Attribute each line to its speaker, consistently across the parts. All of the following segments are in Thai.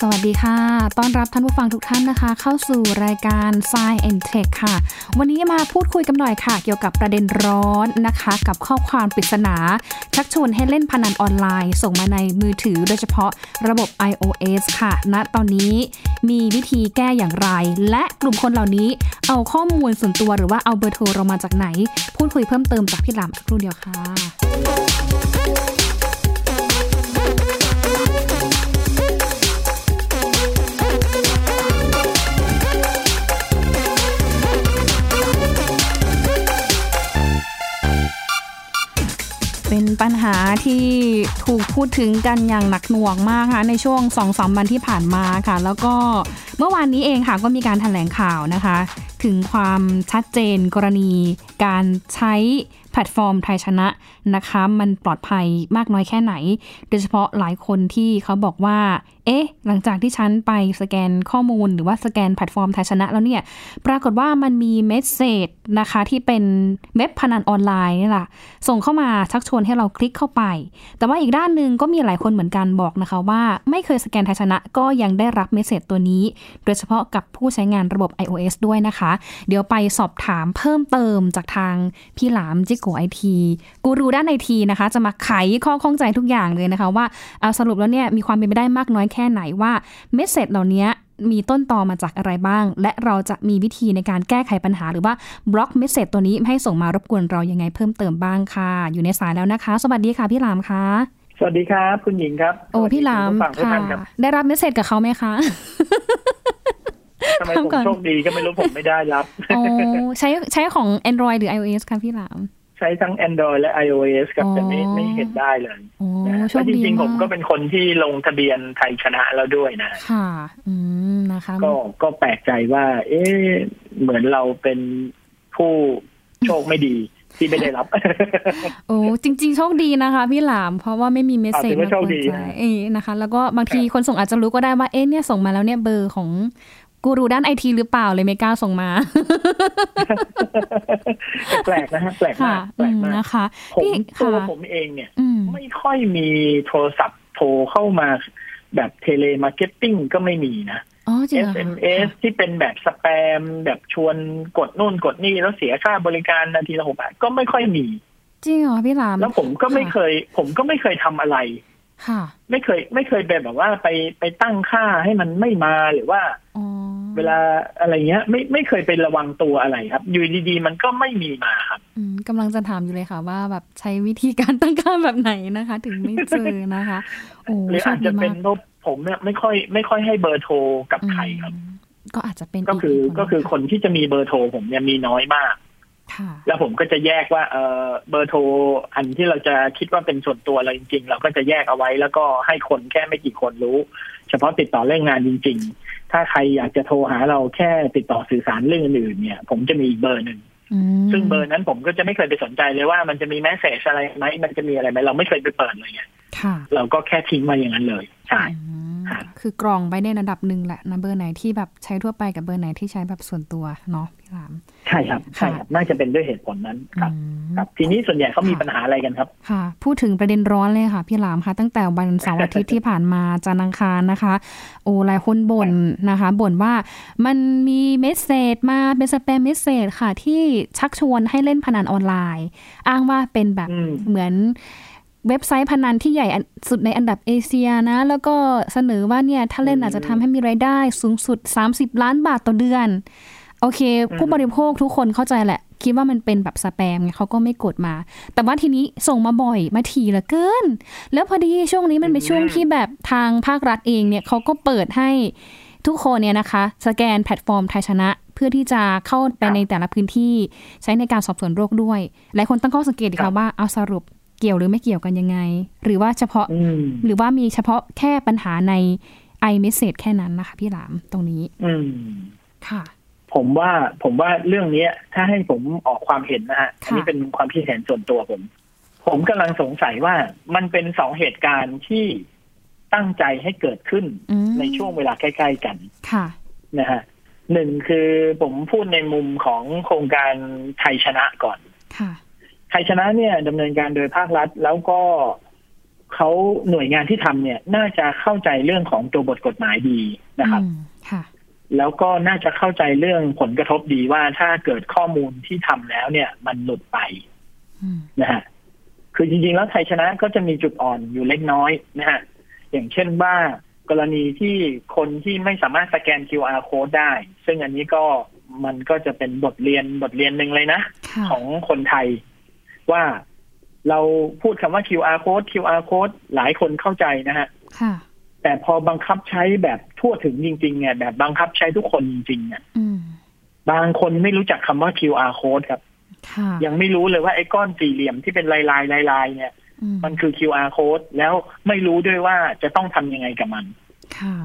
Speaker 1: สวัสดีค่ะ ต้อนรับท่านผู้ฟังทุกท่านนะคะ เข้าสู่รายการ s ซ i and Tech ค่ะ วันนี้มาพูดคุยกันหน่อยค่ะ เกี่ยวกับประเด็นร้อนนะคะ กับข้อความปริศนา ชักชวนให้เล่นพนันออนไลน์ ส่งมาในมือถือโดยเฉพาะระบบ iOS ค่ะณนะตอนนี้มีวิธีแก้อย่างไร และกลุ่มคนเหล่านี้เอาข้อมูลส่วนตัวหรือว่าเอาเบอร์โทรเรามาจากไหน พูดคุยเพิ่มเติมจากพี่หลามสักครู่เดียวค่ะ เป็นปัญหาที่ถูกพูดถึงกันอย่างหนักหน่วงมากค่ะในช่วง2อสวันที่ผ่านมาค่ะ แล้วก็เมื่อวานนี้เองค่ะก็มีการแถลงข่าวนะคะ ถึงความชัดเจนกรณีการใช้แพลตฟอร์มไทยชนะนะคะ มันปลอดภัยมากน้อยแค่ไหน โดยเฉพาะหลายคนที่เขาบอกว่า เอ๊ะ หลังจากที่ฉันไปสแกนข้อมูลหรือว่าสแกนแพลตฟอร์มไทยชนะแล้วเนี่ย ปรากฏว่ามันมีเมสเซจนะคะที่เป็นเว็บพนันออนไลน์นี่แหละส่งเข้ามาชักชวนให้เราคลิกเข้าไป แต่ว่าอีกด้านหนึ่งก็มีหลายคนเหมือนกันบอกนะคะว่าไม่เคยสแกนไทยชนะก็ยังได้รับเมสเซจตัวนี้ โดยเฉพาะกับผู้ใช้งานระบบ iOS ด้วยนะคะ เดี๋ยวไปสอบถามเพิ่มเติมจากทางพี่หลามจิโกไอทีกูรูด้านไอทีนะคะ จะมาไขข้อข้องใจทุกอย่างเลยนะคะว่าเอาสรุปแล้วเนี่ยมีความเป็นไปได้มากน้อยแค่ไหนว่าเมสเซจเหล่านี้มีต้นตอมาจากอะไรบ้าง และเราจะมีวิธีในการแก้ไขปัญหา หรือว่าบล็อกเมสเซจตัวนี้ไม่ให้ส่งมารบกวนเรายังไงเพิ่มเติมบ้างค่ะ อยู่ในสายแล้วนะคะ สวัสดีค่ะพี่หลามค่ะ
Speaker 2: สวัสดีครับ คุณหญิงครับ
Speaker 1: โอ้
Speaker 2: สวัสดี
Speaker 1: พี่หลาม
Speaker 2: คุณผู้ฟัง
Speaker 1: ค่ะ
Speaker 2: ทุกท่านครับ
Speaker 1: ได้รับเมสเซจกับเขาไหมคะ
Speaker 2: ทำไมผ
Speaker 1: ถาม
Speaker 2: ม
Speaker 1: ก่อน
Speaker 2: โชคดีก็ไม่รู้ผมไม่ได้รับ
Speaker 1: โอ้ ใช้ใช้ของ Android หรือ iOS คะพี่หลาม
Speaker 2: ใช้ทั้ง Android และ iOS ครับ
Speaker 1: อ๋อ
Speaker 2: แต่ไม่ไม่เห็นได้เลย
Speaker 1: โอ้
Speaker 2: นะ
Speaker 1: โชค
Speaker 2: และจ
Speaker 1: ดี
Speaker 2: ริงๆ ผมก็
Speaker 1: มาก
Speaker 2: เป็นคนที่ลงทะเบียนไทยชนะแล้วด้วยนะ
Speaker 1: ค่ะอืมนะคะ
Speaker 2: ก็ก็แปลกใจว่า เอ๊ะเหมือนเราเป็นผู้โชคไม่ดีที่ไม่ได้ รับ
Speaker 1: โอ้จริง ๆ โชคดีนะคะ พี่หลามเพราะว่าไม่มีเมสเซจ
Speaker 2: อ่ะถือว่าโชคดี
Speaker 1: มากวนใจเอ้ยนะคะ แล้วก็บางที
Speaker 2: ครับ
Speaker 1: คนส่งอาจจะรู้ก็ได้ว่าเอ๊ะเนี่ยส่งมาแล้วเนี่ยเบอร์ของกูรูด้านไอทีหรือเปล่าเลยไม่กล้าส่งมา
Speaker 2: แปลกนะฮะแปลก
Speaker 1: ค่ะ
Speaker 2: มากแป
Speaker 1: อื
Speaker 2: ลก
Speaker 1: ม
Speaker 2: มาก
Speaker 1: นะคะ
Speaker 2: ผม
Speaker 1: พี่
Speaker 2: ตั
Speaker 1: ค่ะ
Speaker 2: วผมเองเนี่ย
Speaker 1: อืม
Speaker 2: ไม่ค่อยมีโทรศัพท์โทรเข้ามาแบบเทเลมาร์เก็ตติ้งก็ไม่มีนะ
Speaker 1: อ๋อจริงเหรอคะ
Speaker 2: SMS ที่เป็นแบบสแปม แบบชวนกดนู่นกดนี่แล้วเสียค่าบริการนาทีละหกบาทก็ไม่ค่อยมี
Speaker 1: จริงเหรอพี่หลาม
Speaker 2: แล้วผมก็ไม่เคย ผมก็ไม่เคยทำอะไร
Speaker 1: ค่ะ
Speaker 2: ไม่เคย ไม่เคยเป็นแบบว่าไปไปตั้งค่าให้มันไม่มาหรือว่า
Speaker 1: อ๋อ
Speaker 2: เวลาอะไรเงี้ย ไม่ไม่เคยไประวังตัวอะไรครับ อยู่ดีๆมันก็ไม่มีมาครับ
Speaker 1: อืมกำลังจะถามอยู่เลยค่ะ ว่าแบบใช้วิธีการตั้งค่าแบบไหนนะคะ ถึงไม่เจอนะคะโอ้
Speaker 2: หรือ
Speaker 1: โช
Speaker 2: อา
Speaker 1: ค
Speaker 2: จ
Speaker 1: ดี
Speaker 2: จะเป็
Speaker 1: มาน ก
Speaker 2: เพราะผมเนี่ยไม่ค่อย ไม่ค่อยให้เบอร์โทรกับใครครับ
Speaker 1: อืมก็อาจจะเป็น
Speaker 2: ก็คือ
Speaker 1: เหตุผล
Speaker 2: ก็คือคนที่จะมีเบอร์โทรผมเนี่ยมีน้อยมาก
Speaker 1: ค่ะ
Speaker 2: แล้วผมก็จะแยกว่าเออเบอร์โทรอันที่เราจะคิดว่าเป็นส่วนตัวเราจริง ๆ เราก็จะแยกเอาไว้แล้วก็ให้คนแค่ไม่กี่คนรู้ เฉพาะติดต่อเรื่องงานจริง ๆ ถ้าใครอยากจะโทรหาเราแค่ติดต่อสื่อสารเรื่องอื่นๆเนี่ย ผมจะมีอีกเบอร์หนึ่ง
Speaker 1: อืม
Speaker 2: ซึ่งเบอร์นั้นผมก็จะไม่เคยไปสนใจเลยว่ามันจะมีแมสเซจอะไรไหมมันจะมีอะไรไหมเราไม่เคยไปเปิดเลยไง
Speaker 1: ค่ะ
Speaker 2: เราก็แค่ทิ้งมาอย่างนั้นเลยใช่
Speaker 1: อืม
Speaker 2: ครับ
Speaker 1: คือกรองไว้ในระดับหนึ่งแหละนะเบอร์ไหนที่แบบใช้ทั่วไปกับเบอร์ไหนที่ใช้แบบส่วนตัวเนาะพี่หลาม
Speaker 2: ใช่ครับใช่ครับน่าจะเป็นด้วยเหตุผลนั้นครับ
Speaker 1: อืม
Speaker 2: ครับ ทีนี้ส่วนใหญ่เขามีปัญหาอะไรกันครับ
Speaker 1: ค่ะ พูดถึงประเด็นร้อนเลยค่ะ พี่หลามค่ะ ตั้งแต่วันเสาร์อาทิตย์ที่ผ่านมาจันทร์อังคารนะคะ โอ้หลายคนบ่นนะคะบ่นว่ามันมีเมสเซจมาเป็นสแปมเมสเซจค่ะ ที่ชักชวนให้เล่นพนันออนไลน์ อ้างว่าเป็นแบบ
Speaker 2: อืม
Speaker 1: เหมือนเว็บไซต์พนันที่ใหญ่อันสุดในอันดับเอเชียนะ แล้วก็เสนอว่าเนี่ย ถ้าเล่นอาจจะทำให้มีรายได้สูงสุด 30 ล้านบาทต่อเดือน โอเค ผู้บริโภคทุกคนเข้าใจแหละ คิดว่ามันเป็นแบบสแปมไงเขาก็ไม่กดมา แต่ว่าทีนี้ส่งมาบ่อยมาทีเหลือเกิน แล้วพอดีช่วงนี้มันเป็นช่วงที่แบบทางภาครัฐเองเนี่ยเขาก็เปิดให้ทุกคนเนี่ยนะคะ สแกนแพลตฟอร์มไทยชนะ เพื่อที่จะเข้าไปในแต่ละพื้นที่ใช้ในการสอบสวนโรคด้วย หลายคนตั้งข้อสังเกตดี
Speaker 2: ครั
Speaker 1: ค่ะ
Speaker 2: บ
Speaker 1: ว่าเอาสรุปเกี่ยวหรือไม่เกี่ยวกันยังไง หรือว่าเฉพาะ
Speaker 2: อืม
Speaker 1: หรือว่ามีเฉพาะแค่ปัญหาใน iMessage แค่นั้นนะคะ พี่หลามตรงนี้
Speaker 2: อืม
Speaker 1: ค่ะ
Speaker 2: ผมว่าผมว่าเรื่องเนี้ย ถ้าให้ผมออกความเห็นนะฮะ
Speaker 1: ค่ะ
Speaker 2: อันนี้เป็นความคิดเห็นส่วนตัวผม ผมกำลังสงสัยว่ามันเป็นสองเหตุการณ์ที่ตั้งใจให้เกิดขึ้น
Speaker 1: อืม
Speaker 2: ในช่วงเวลาใกล้ ๆ กัน
Speaker 1: ค่ะ
Speaker 2: นะฮะหนึ่งคือผมพูดในมุมของโครงการไทยชนะก่อน
Speaker 1: ค่ะ
Speaker 2: ไทยชนะเนี่ยดำเนินการโดยภาครัฐ แล้วก็ เขาหน่วยงานที่ทำเนี่ย น่าจะเข้าใจเรื่องของตัวบทกฎหมายดีนะครับ
Speaker 1: อืมค่ะ
Speaker 2: แล้วก็น่าจะเข้าใจเรื่องผลกระทบดีว่าถ้าเกิดข้อมูลที่ทำแล้วเนี่ย มันหลุดไป
Speaker 1: อืม
Speaker 2: นะฮะคือจริงๆแล้วไทยชนะก็จะมีจุดอ่อนอยู่เล็กน้อยนะฮะอย่างเช่นว่ากรณีที่คนที่ไม่สามารถสแกน QR code ได้ ซึ่งอันนี้ก็มันก็จะเป็นบทเรียนบทเรียนหนึ่งเลยนะ
Speaker 1: ค่ะ
Speaker 2: ของคนไทยว่าเราพูดคำว่า QR code QR code หลายคนเข้าใจนะฮะ
Speaker 1: ค่ะ
Speaker 2: แต่พอบังคับใช้แบบทั่วถึงจริงๆเนี่ยแบบบังคับใช้ทุกคนจริงๆเนี่ย
Speaker 1: อืม
Speaker 2: บางคนไม่รู้จักคำว่า QR code ครับ
Speaker 1: ค่ะ
Speaker 2: ยังไม่รู้เลยว่าไอ้ก้อนสี่เหลี่ยมที่เป็นลายๆลายๆเนี่ย
Speaker 1: อืม
Speaker 2: มันคือ QR code แล้วไม่รู้ด้วยว่าจะต้องทำยังไงกับมัน
Speaker 1: ค่ะ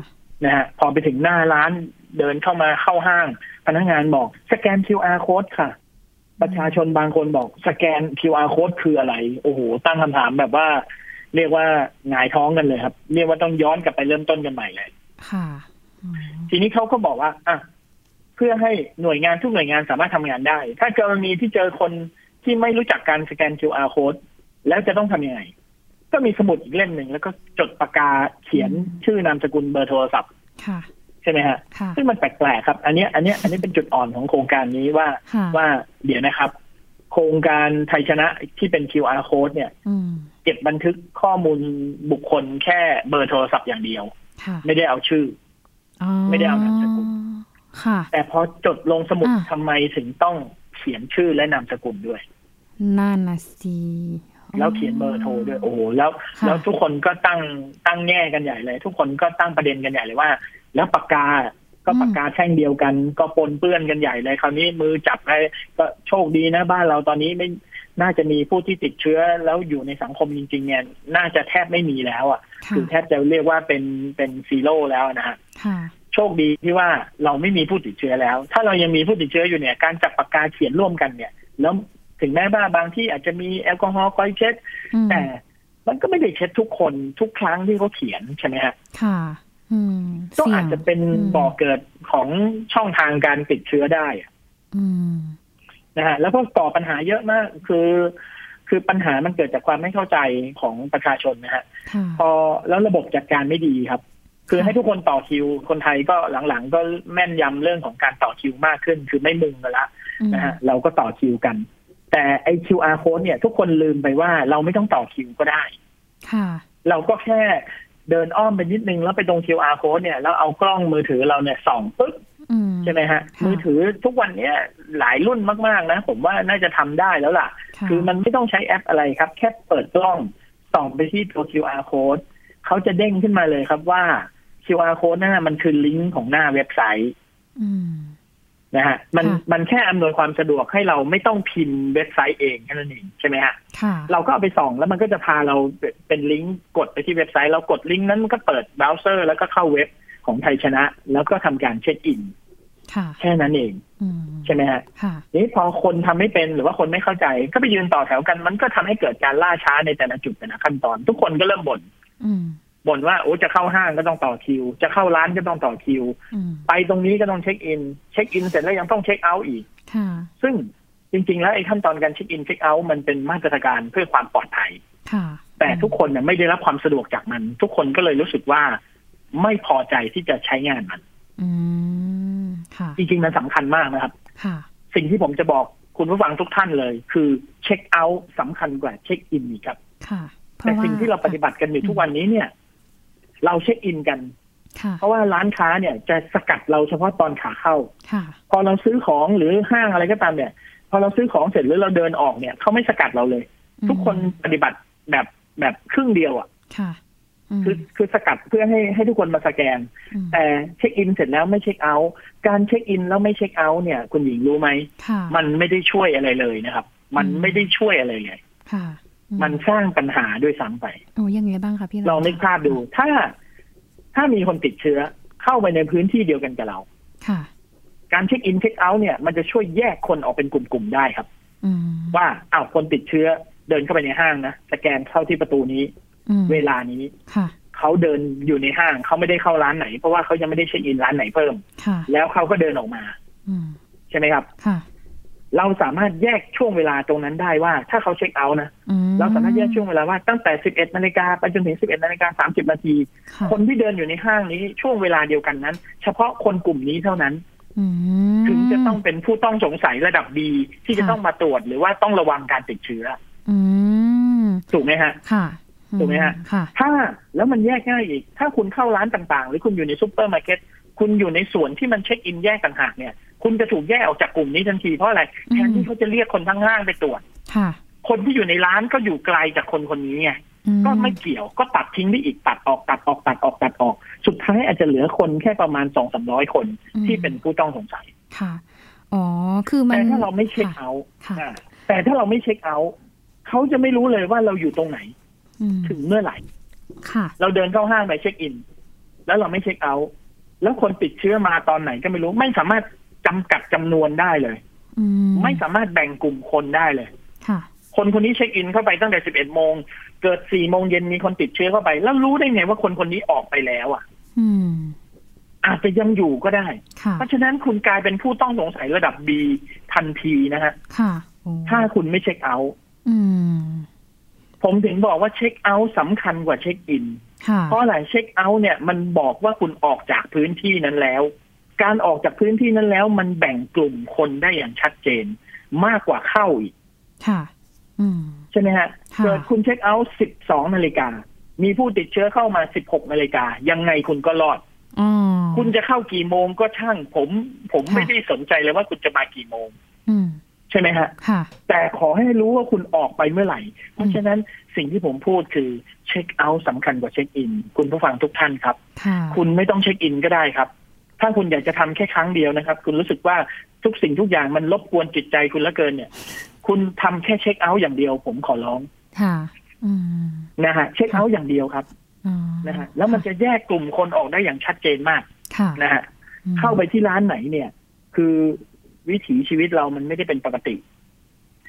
Speaker 2: นะฮะพอไปถึงหน้าร้านเดินเข้ามาเข้าห้าง พนักงานบอกสแกน QR code ค่ะ ประชาชนบางคนบอกสแกน QR code คืออะไร โอ้โห ตั้งคำถามแบบว่า เรียกว่าหงายท้องกันเลยครับ เรียกว่าต้องย้อนกลับไปเริ่มต้นกันใหม่เลย
Speaker 1: ค่ะอืม
Speaker 2: ทีนี้เขาก็บอกว่าอ่ะเพื่อให้หน่วยงานทุกหน่วยงานสามารถทำงานได้ ถ้ากรณีที่เจอคนที่ไม่รู้จักการสแกน QR code แล้วจะต้องทำยังไง ก็มีสมุดอีกเล่มหนึ่ง แล้วก็จดปากกาเขียนชื่อนามสกุลเบอร์โทรศัพท์
Speaker 1: ค่ะ
Speaker 2: ใช่ไหมฮะ
Speaker 1: ค่ะ
Speaker 2: ซึ่งมันแปลกๆครับ อันเนี้ยอันเนี้ยอันนี้เป็นจุดอ่อนของโครงการนี้ว่า
Speaker 1: ค่ะ
Speaker 2: ว่าเดี๋ยวนะครับ โครงการไทยชนะที่เป็น QR code เนี่ย
Speaker 1: อืม
Speaker 2: เก็บบันทึกข้อมูลบุคคลแค่เบอร์โทรศัพท์อย่างเดียว
Speaker 1: ค่ะ
Speaker 2: ไม่ได้เอาชื่อ
Speaker 1: อ๋อ
Speaker 2: ไม่ได้เอานามสกุล
Speaker 1: ค่ะ
Speaker 2: แต่พอจดลงสมุด
Speaker 1: อ่า
Speaker 2: ทำไมถึงต้องเขียนชื่อและนามสกุลด้วย
Speaker 1: นั่นน่ะสิ
Speaker 2: แล้วเขียนเบอร์โทรด้วยโอ้โหแล้ว
Speaker 1: ค่ะ
Speaker 2: แล้วทุกคนก็ตั้งตั้งแง่กันใหญ่เลย ทุกคนก็ตั้งประเด็นกันใหญ่เลยว่า แล้วปากกาก็
Speaker 1: อืม
Speaker 2: ปากกาแท่งเดียวกัน ก็ปนเปื้อนกันใหญ่เลย คราวนี้มือจับอะไรก็โชคดีนะบ้านเราตอนนี้ไม่น่าจะมีผู้ที่ติดเชื้อแล้วอยู่ในสังคมจริงๆเนี่ยน่าจะแทบไม่มีแล้วอ่ะ
Speaker 1: ค่ะ
Speaker 2: คือแทบจะเรียกว่าเป็นเป็นซีโร่แล้วนะฮะ
Speaker 1: ค่ะ
Speaker 2: โชคดีที่ว่าเราไม่มีผู้ติดเชื้อแล้ว ถ้าเรายังมีผู้ติดเชื้ออยู่เนี่ย การจับปากกาเขียนร่วมกันเนี่ย แล้วถึงแม้ว่าบางที่อาจจะมีแอลกอฮอล์คอยเช็ด
Speaker 1: อืม
Speaker 2: แต่มันก็ไม่ได้เช็ดทุกคนทุกครั้งที่เขาเขียนใช่ไหมฮะ
Speaker 1: ค่ะ อืม
Speaker 2: ก็
Speaker 1: สี่ยง
Speaker 2: อาจจะเป็นบ่อเกิดของช่องทางการติดเชื้อได้อะ
Speaker 1: อืม
Speaker 2: นะฮะ แล้วก็ก่อปัญหาเยอะมาก คือ คือปัญหามันเกิดจากความไม่เข้าใจของประชาชนนะฮะ
Speaker 1: ค่ะ
Speaker 2: พอแล้วระบบจัดการไม่ดีครับ คือให้ทุกคนต่อคิว คนไทยก็หลังๆ ก็แม่นยำเรื่องของการต่อคิวมากขึ้น คือไม่มึงกันละนะฮะเราก็ต่อคิวกัน แต่ไอ QR code เนี่ย ทุกคนลืมไปว่าเราไม่ต้องต่อคิวก็ได้
Speaker 1: ค่ะ
Speaker 2: เราก็แค่เดินอ้อมไปนิดนึงแล้วไปตรง QR code เนี่ยแล้วเอากล้องมือถือเราเนี่ยส่องปึ๊บ
Speaker 1: อืม
Speaker 2: ใช่ไหมฮะ
Speaker 1: ค่ะ
Speaker 2: มือถือทุกวันเนี้ยหลายรุ่นมากๆนะ ผมว่าน่าจะทำได้แล้วล่ะ
Speaker 1: ค่ะ
Speaker 2: คือมันไม่ต้องใช้แอปอะไรครับ แค่เปิดกล้องส่องไปที่ตัว QR code เขาจะเด้งขึ้นมาเลยครับว่า QR code นั่นนะมันคือลิงก์ของหน้าเว็บไซต์
Speaker 1: อืม
Speaker 2: นะฮะมัน
Speaker 1: ค่ะ
Speaker 2: มันแค่อำนวยความสะดวกให้เราไม่ต้องพิมพ์เว็บไซต์เองแค่นั้นเองใช่ไหมฮะ
Speaker 1: ค่ะ
Speaker 2: เราก็เอาไปส่องแล้วมันก็จะพาเราเป็นลิงก์กดไปที่เว็บไซต์เรากดลิงก์นั้นมันก็เปิดเบราว์เซอร์ แล้วก็เข้าเว็บของไทยชนะ แล้วก็ทำการเช็คอิน
Speaker 1: ค่ะ
Speaker 2: แค่นั้นเอง
Speaker 1: อืม
Speaker 2: ใช่ไหมฮะ
Speaker 1: ค่ะ
Speaker 2: นี่พอคนทำไม่เป็นหรือว่าคนไม่เข้าใจ ก็ไปยืนต่อแถวกันมันก็ทำให้เกิดการล่าช้าในแต่ละจุดแต่ละขั้นตอน ทุกคนก็เริ่มบน่น
Speaker 1: อืม
Speaker 2: บ่นว่าโอ้จะเข้าห้างก็ต้องต่อคิว จะเข้าร้านก็ต้องต่อคิว
Speaker 1: อืม
Speaker 2: ไปตรงนี้ก็ต้องเช็คอิน เช็คอินเสร็จแล้วยังต้องเช็คเอาท์อีก
Speaker 1: ค่ะ
Speaker 2: ซึ่งจริง ๆ แล้วไอ้ขั้นตอนการเช็คอินเช็คเอาท์มันเป็นมาตรการเพื่อความปลอดภัย
Speaker 1: ค่ะ
Speaker 2: แต่ทุกคนน่ะไม่ได้รับความสะดวกจากมัน ทุกคนก็เลยรู้สึกว่า ไม่พอใจที่จะใช้งานมัน
Speaker 1: อืมค่ะ
Speaker 2: จริงๆมันสำคัญมากนะครับ
Speaker 1: ค่ะ
Speaker 2: สิ่งที่ผมจะบอกคุณผู้ฟังทุกท่านเลย คือเช็คเอาท์สำคัญกว่าเช็คอินอีกครับ
Speaker 1: ค่ะเพ
Speaker 2: แต่
Speaker 1: ราะว่า
Speaker 2: สิ่งที่เราปฏิบัติกันอยู่ทุกวันนี้เนี่ย เราเช็คอินกัน
Speaker 1: ค่ะ
Speaker 2: เพราะว่าร้านค้าเนี่ยจะสกัดเราเฉพาะตอนขาเข้า
Speaker 1: ค่ะ
Speaker 2: พอเราซื้อของหรือห้างอะไรก็ตามเนี่ย พอเราซื้อของเสร็จหรือเราเดินออกเนี่ยเขาไม่สกัดเราเลย ทุกคนปฏิบัติแบบแบบครึ่งเดียวอะ่ะ
Speaker 1: ค่ะม
Speaker 2: คือคือสกัดเพื่อให้ให้ทุกคนมาสแกน
Speaker 1: ม
Speaker 2: แต่เช็คอินเสร็จแล้วไม่เช็คเอาท์การเช็คอินแล้วไม่เช็คเอาท์เนี่ย คุณหญิงรู้ไหม
Speaker 1: ค่ะ
Speaker 2: มันไม่ได้ช่วยอะไรเลยนะครับ มัน
Speaker 1: อืม
Speaker 2: ไม่ได้ช่วยอะไรเลย
Speaker 1: ค่ะอื
Speaker 2: มันสร้างปัญหาด้วยซ้ำไป
Speaker 1: โอ้ยังไงบ้างคะพี่รัฐ
Speaker 2: ลองนึกภาพดู ถ้า ถ้ามีคนติดเชื้อเข้าไปในพื้นที่เดียวกันกับเรา
Speaker 1: ค่ะ
Speaker 2: การเช็คอินเช็คเอาท์เนี่ย มันจะช่วยแยกคนออกเป็นกลุ่มๆได้ครับ
Speaker 1: อืม
Speaker 2: ว่าอ้าวคนติดเชื้อเดินเข้าไปในห้างนะสแกนเข้าที่ประตูนี้
Speaker 1: อืม
Speaker 2: เวลานี้
Speaker 1: ค่ะ
Speaker 2: เขาเดินอยู่ในห้างเขาไม่ได้เข้าร้านไหน เพราะว่าเขายังไม่ได้เช็คอินร้านไหนเพิ่ม
Speaker 1: ค่ะ
Speaker 2: แล้วเขาก็เดินออกมา
Speaker 1: อืม
Speaker 2: ใช่ไหมครับ
Speaker 1: ค่ะ
Speaker 2: เราสามารถแยกช่วงเวลาตรงนั้นได้ว่า ถ้าเขาเช็คเอาท์นะ
Speaker 1: อื
Speaker 2: เราสามารถแยกช่วงเวลาว่าตั้งแต่ 11นาฬิกาไปจนถึง 11นาฬิกา30 นาที
Speaker 1: ค่ะ
Speaker 2: คนที่เดินอยู่ในห้างนี้ช่วงเวลาเดียวกันนั้น เฉพาะคนกลุ่มนี้เท่านั้น
Speaker 1: อืม
Speaker 2: ถึงจะต้องเป็นผู้ต้องสงสัยระดับดีที่จะ
Speaker 1: ค่ะ
Speaker 2: ต้องมาตรวจหรือว่าต้องระวังการติดเชื้อ
Speaker 1: อืม
Speaker 2: ถูกไหมฮะ
Speaker 1: ค่ะ
Speaker 2: ถูกไหมฮะ
Speaker 1: ค่ะ
Speaker 2: ถ้าแล้วมันแยกง่ายอีก ถ้าคุณเข้าร้านต่างๆ หรือคุณอยู่ในซูเปอร์มาร์เก็ตคุณอยู่ในส่วนที่มันเช็คอินแยกต่างหากเนี่ย คุณจะถูกแยกออกจากกลุ่มนี้ทันทีเพราะอะไร
Speaker 1: อืม
Speaker 2: แทนที่เขาจะเรียกคนทั้งห้างไปตรวจ
Speaker 1: ค่ะ
Speaker 2: คนที่อยู่ในร้านก็อยู่ไกลจากคนคนนี้ไง
Speaker 1: อื
Speaker 2: ก็ไม่เกี่ยวก็ตัดทิ้งได้อีกตัดออกตัดออกตัดออกตัดออก สุดท้ายอาจจะเหลือคนแค่ประมาณสองสามร้อยคน
Speaker 1: อืม
Speaker 2: ที่เป็นผู้ต้องสงสัย
Speaker 1: ค่ะอ๋อคือมัน
Speaker 2: แต่ถ้าเราไม่เช็คะ เอาท์
Speaker 1: ค่ะ
Speaker 2: อ่าแต่ถ้าเราไม่เช็คเอาท์เขาจะไม่รู้เลยว่าเราอยู่ตรงไหน
Speaker 1: อืม
Speaker 2: ถึงเมื่อไหร่
Speaker 1: ค่ะ
Speaker 2: เราเดินเข้าห้างไปเช็คอิน แล้วเราไม่เช็คเอาท์แล้วคนติดเชื้อมาตอนไหนก็ไม่รู้ ไม่สามารถจำกัดจำนวนได้เลย
Speaker 1: อืม
Speaker 2: ไม่สามารถแบ่งกลุ่มคนได้เลย
Speaker 1: ค่ะ
Speaker 2: คนคนนี้เช็คอินเข้าไปตั้งแต่ 11 โมง เกิด 4 โมงเย็นมีคนติดเชื้อเข้าไป แล้วรู้ได้ไงว่าคนคนนี้ออกไปแล้วอ่ะ
Speaker 1: อืม
Speaker 2: อาจจะยังอยู่ก็ได้
Speaker 1: ค่ะ
Speaker 2: เพราะฉะนั้นคุณกลายเป็นผู้ต้องสงสัยระดับ B ทันทีนะฮะ
Speaker 1: ค่ะโอ้
Speaker 2: ถ้าคุณไม่เช็คเอาท์
Speaker 1: อืม
Speaker 2: ผมถึงบอกว่าเช็คเอาท์สำคัญกว่าเช็คอิน
Speaker 1: ค่ะ
Speaker 2: เพราะอะไรเช็คเอาท์เนี่ยมันบอกว่าคุณออกจากพื้นที่นั้นแล้ว การออกจากพื้นที่นั้นแล้ว มันแบ่งกลุ่มคนได้อย่างชัดเจน มากกว่าเข้าอีก
Speaker 1: ค่ะ อืม
Speaker 2: ใช่ไหมฮะ
Speaker 1: ค่ะ
Speaker 2: เกิดคุณเช็คเอาท์12นาฬิกามีผู้ติดเชื้อเข้ามา 16นาฬิกายังไงคุณก็รอด
Speaker 1: อ๋อ
Speaker 2: คุณจะเข้ากี่โมงก็ช่าง ผมผม
Speaker 1: ค่ะ
Speaker 2: ไม่ได้สนใจเลยว่าคุณจะมากี่โมง
Speaker 1: อืม
Speaker 2: ใช่ไหมฮะ
Speaker 1: ค่ะ
Speaker 2: แต่ขอให้รู้ว่าคุณออกไปเมื่อไหร่ เพราะฉะนั้นสิ่งที่ผมพูดคือเช็คเอาท์สำคัญกว่าเช็คอินคุณผู้ฟังทุกท่านครับ
Speaker 1: ค่ะ
Speaker 2: คุณไม่ต้องเช็คอินก็ได้ครับ ถ้าคุณอยากจะทำแค่ครั้งเดียวนะครับ คุณรู้สึกว่าทุกสิ่งทุกอย่างมันรบกวนจิตใจคุณเหลือเกินเนี่ย คุณทำแค่เช็คเอาท์อย่างเดียว ผมขอร้อง
Speaker 1: ค่ะ อืม
Speaker 2: นะฮะเช็คเอาท์อย่างเดียวครับ
Speaker 1: อ๋อ
Speaker 2: นะฮะแล้วมันจะแยกกลุ่มคนออกได้อย่างชัดเจนมาก
Speaker 1: ค่ะ
Speaker 2: นะฮะ
Speaker 1: อืม
Speaker 2: เข้าไปที่ร้านไหนเนี่ย คือวิถีชีวิตเรามันไม่ได้เป็นปกติ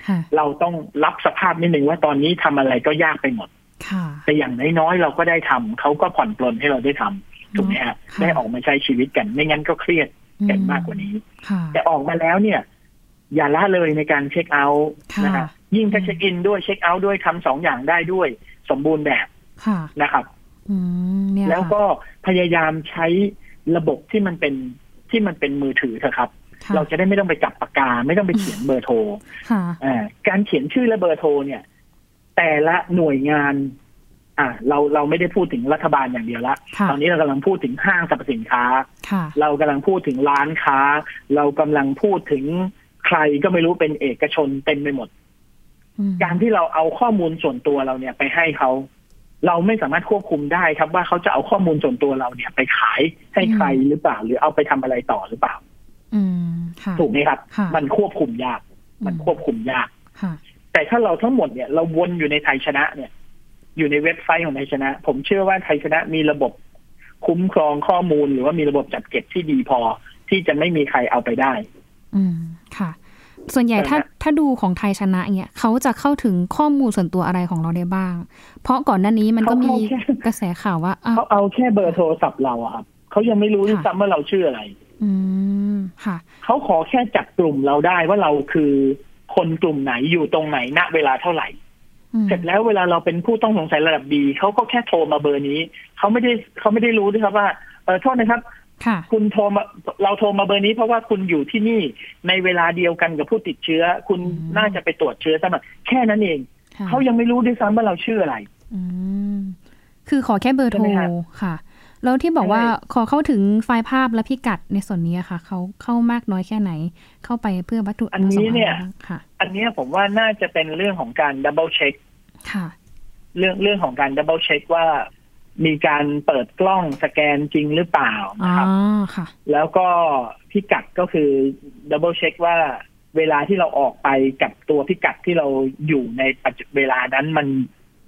Speaker 1: ค่ะ
Speaker 2: เราต้องรับสภาพนิดหนึ่งว่าตอนนี้ทำอะไรก็ยากไปหมด
Speaker 1: ค่ะ
Speaker 2: แต่อย่างน้อยๆเราก็ได้ทำเขาก็ผ่อนปลนให้เราได้ทำถูกไหมฮะ
Speaker 1: ค่ะ
Speaker 2: ได้ออกมาใช้ชีวิตกันไม่งั้นก็เครียดกันมากกว่านี้
Speaker 1: ค่ะ
Speaker 2: แต่ออกมาแล้วเนี่ย อย่าละเลยในการเช็คเอาท์
Speaker 1: ค่ะ
Speaker 2: นะฮะยิ่งถ้าเช็คอินด้วยเช็คเอาท์ด้วยทำสองอย่างได้ด้วย สมบูรณ์แบบ
Speaker 1: ค่ะ
Speaker 2: นะครับ
Speaker 1: อืม เนี่ย
Speaker 2: แล้ว
Speaker 1: ค่ะ
Speaker 2: ก็พยายามใช้ระบบที่มันเป็นที่มันเป็นมือถือเถอะครับ
Speaker 1: ค่ะ
Speaker 2: เราจะได้ไม่ต้องไปจับปากกา ไม่ต้องไปเขียนเบอร์โทร
Speaker 1: ค่ะ
Speaker 2: อ่าการเขียนชื่อและเบอร์โทรเนี่ย แต่ละหน่วยงาน อ่าเราเราไม่ได้พูดถึงรัฐบาลอย่างเดียวละ
Speaker 1: ค่ะ
Speaker 2: ตอนนี้เรากำลังพูดถึงห้างสรรพสินค้า
Speaker 1: ค่ะ
Speaker 2: เรากำลังพูดถึงร้านค้า เรากำลังพูดถึงใครก็ไม่รู้เป็นเอกชนเต็มไปหมด
Speaker 1: อืม
Speaker 2: การที่เราเอาข้อมูลส่วนตัวเราเนี่ยไปให้เขา เราไม่สามารถควบคุมได้ครับว่าเขาจะเอาข้อมูลส่วนตัวเราเนี่ย ไปขายให้ใครหรือเปล่า หรือเอาไปทำอะไรต่อหรือเปล่า
Speaker 1: อืม ค่ะ
Speaker 2: ถูกไหมครับ
Speaker 1: ค่ะ
Speaker 2: มันควบคุมยาก มันควบคุมยาก
Speaker 1: ค่ะ
Speaker 2: แต่ถ้าเราทั้งหมดเนี่ยเราวนอยู่ในไทยชนะเนี่ย อยู่ในเว็บไซต์ของไทยชนะ ผมเชื่อว่าไทยชนะมีระบบคุ้มครองข้อมูลหรือว่ามีระบบจัดเก็บที่ดีพอ ที่จะไม่มีใครเอาไปได้
Speaker 1: อืม ค่ะ ส่วนใหญ่ถ้า
Speaker 2: ใช่ฮะ
Speaker 1: ถ้าดูของไทยชนะเนี่ยเขาจะเข้าถึงข้อมูลส่วนตัวอะไรของเราได้บ้าง เพราะก่อนหน้านี้มันก็มี
Speaker 2: เขาแค่
Speaker 1: กระแสข่าวว่าอ้าว
Speaker 2: เขาเอาแค่เบอร์โทรศัพท์เราอะครับเขายังไม่รู้ด้วย
Speaker 1: ค่ะ
Speaker 2: ซ้ำว่าเราชื่ออะไร
Speaker 1: อืม ค่ะ
Speaker 2: เขาขอแค่จับกลุ่มเราได้ว่าเราคือคนกลุ่มไหนอยู่ตรงไหนณเวลาเท่าไหร่
Speaker 1: อืม
Speaker 2: เสร็จแล้วเวลาเราเป็นผู้ต้องสงสัยระดับดีเขาก็แค่โทรมาเบอร์นี้ เขาไม่ได้เขาไม่ได้รู้ด้วยครับว่าเออโทษนะครับ
Speaker 1: ค่ะ
Speaker 2: คุณโทรมาเราโทรมาเบอร์นี้เพราะว่าคุณอยู่ที่นี่ในเวลาเดียวกันกับผู้ติดเชื้อ คุณ
Speaker 1: อืม
Speaker 2: น่าจะไปตรวจเชื้อซะหน่อยแค่นั้นเอง
Speaker 1: ค่ะ
Speaker 2: เขายังไม่รู้ด้วยซ้ำว่าเราชื่ออะไร
Speaker 1: อืม คือขอแค่เบอร์โทร
Speaker 2: ใช่ไหมครับ
Speaker 1: ค่ะ แล้วที่บอกว่า
Speaker 2: ใช่
Speaker 1: ขอเข้าถึงไฟล์ภาพและพิกัดในส่วนนี้อะค่ะ เขาเข้ามากน้อยแค่ไหน เข้าไปเพื่อวัตถุ
Speaker 2: อันนี้
Speaker 1: ประสงค์ะไร
Speaker 2: เนี่ย
Speaker 1: บ้างค่ะ
Speaker 2: อันเนี้ยผมว่าน่าจะเป็นเรื่องของการดับเบิลเช็ค
Speaker 1: ค่ะ
Speaker 2: เรื่องเรื่องของการดับเบิลเช็คว่า มีการเปิดกล้องสแกนจริงหรือเปล่า
Speaker 1: อ๋อ
Speaker 2: นะครับ
Speaker 1: ค่ะ
Speaker 2: แล้วก็พิกัดก็คือดับเบิลเช็คว่าเวลาที่เราออกไปกับตัวพิกัดที่เราอยู่ในปัจจุเวลานั้นมัน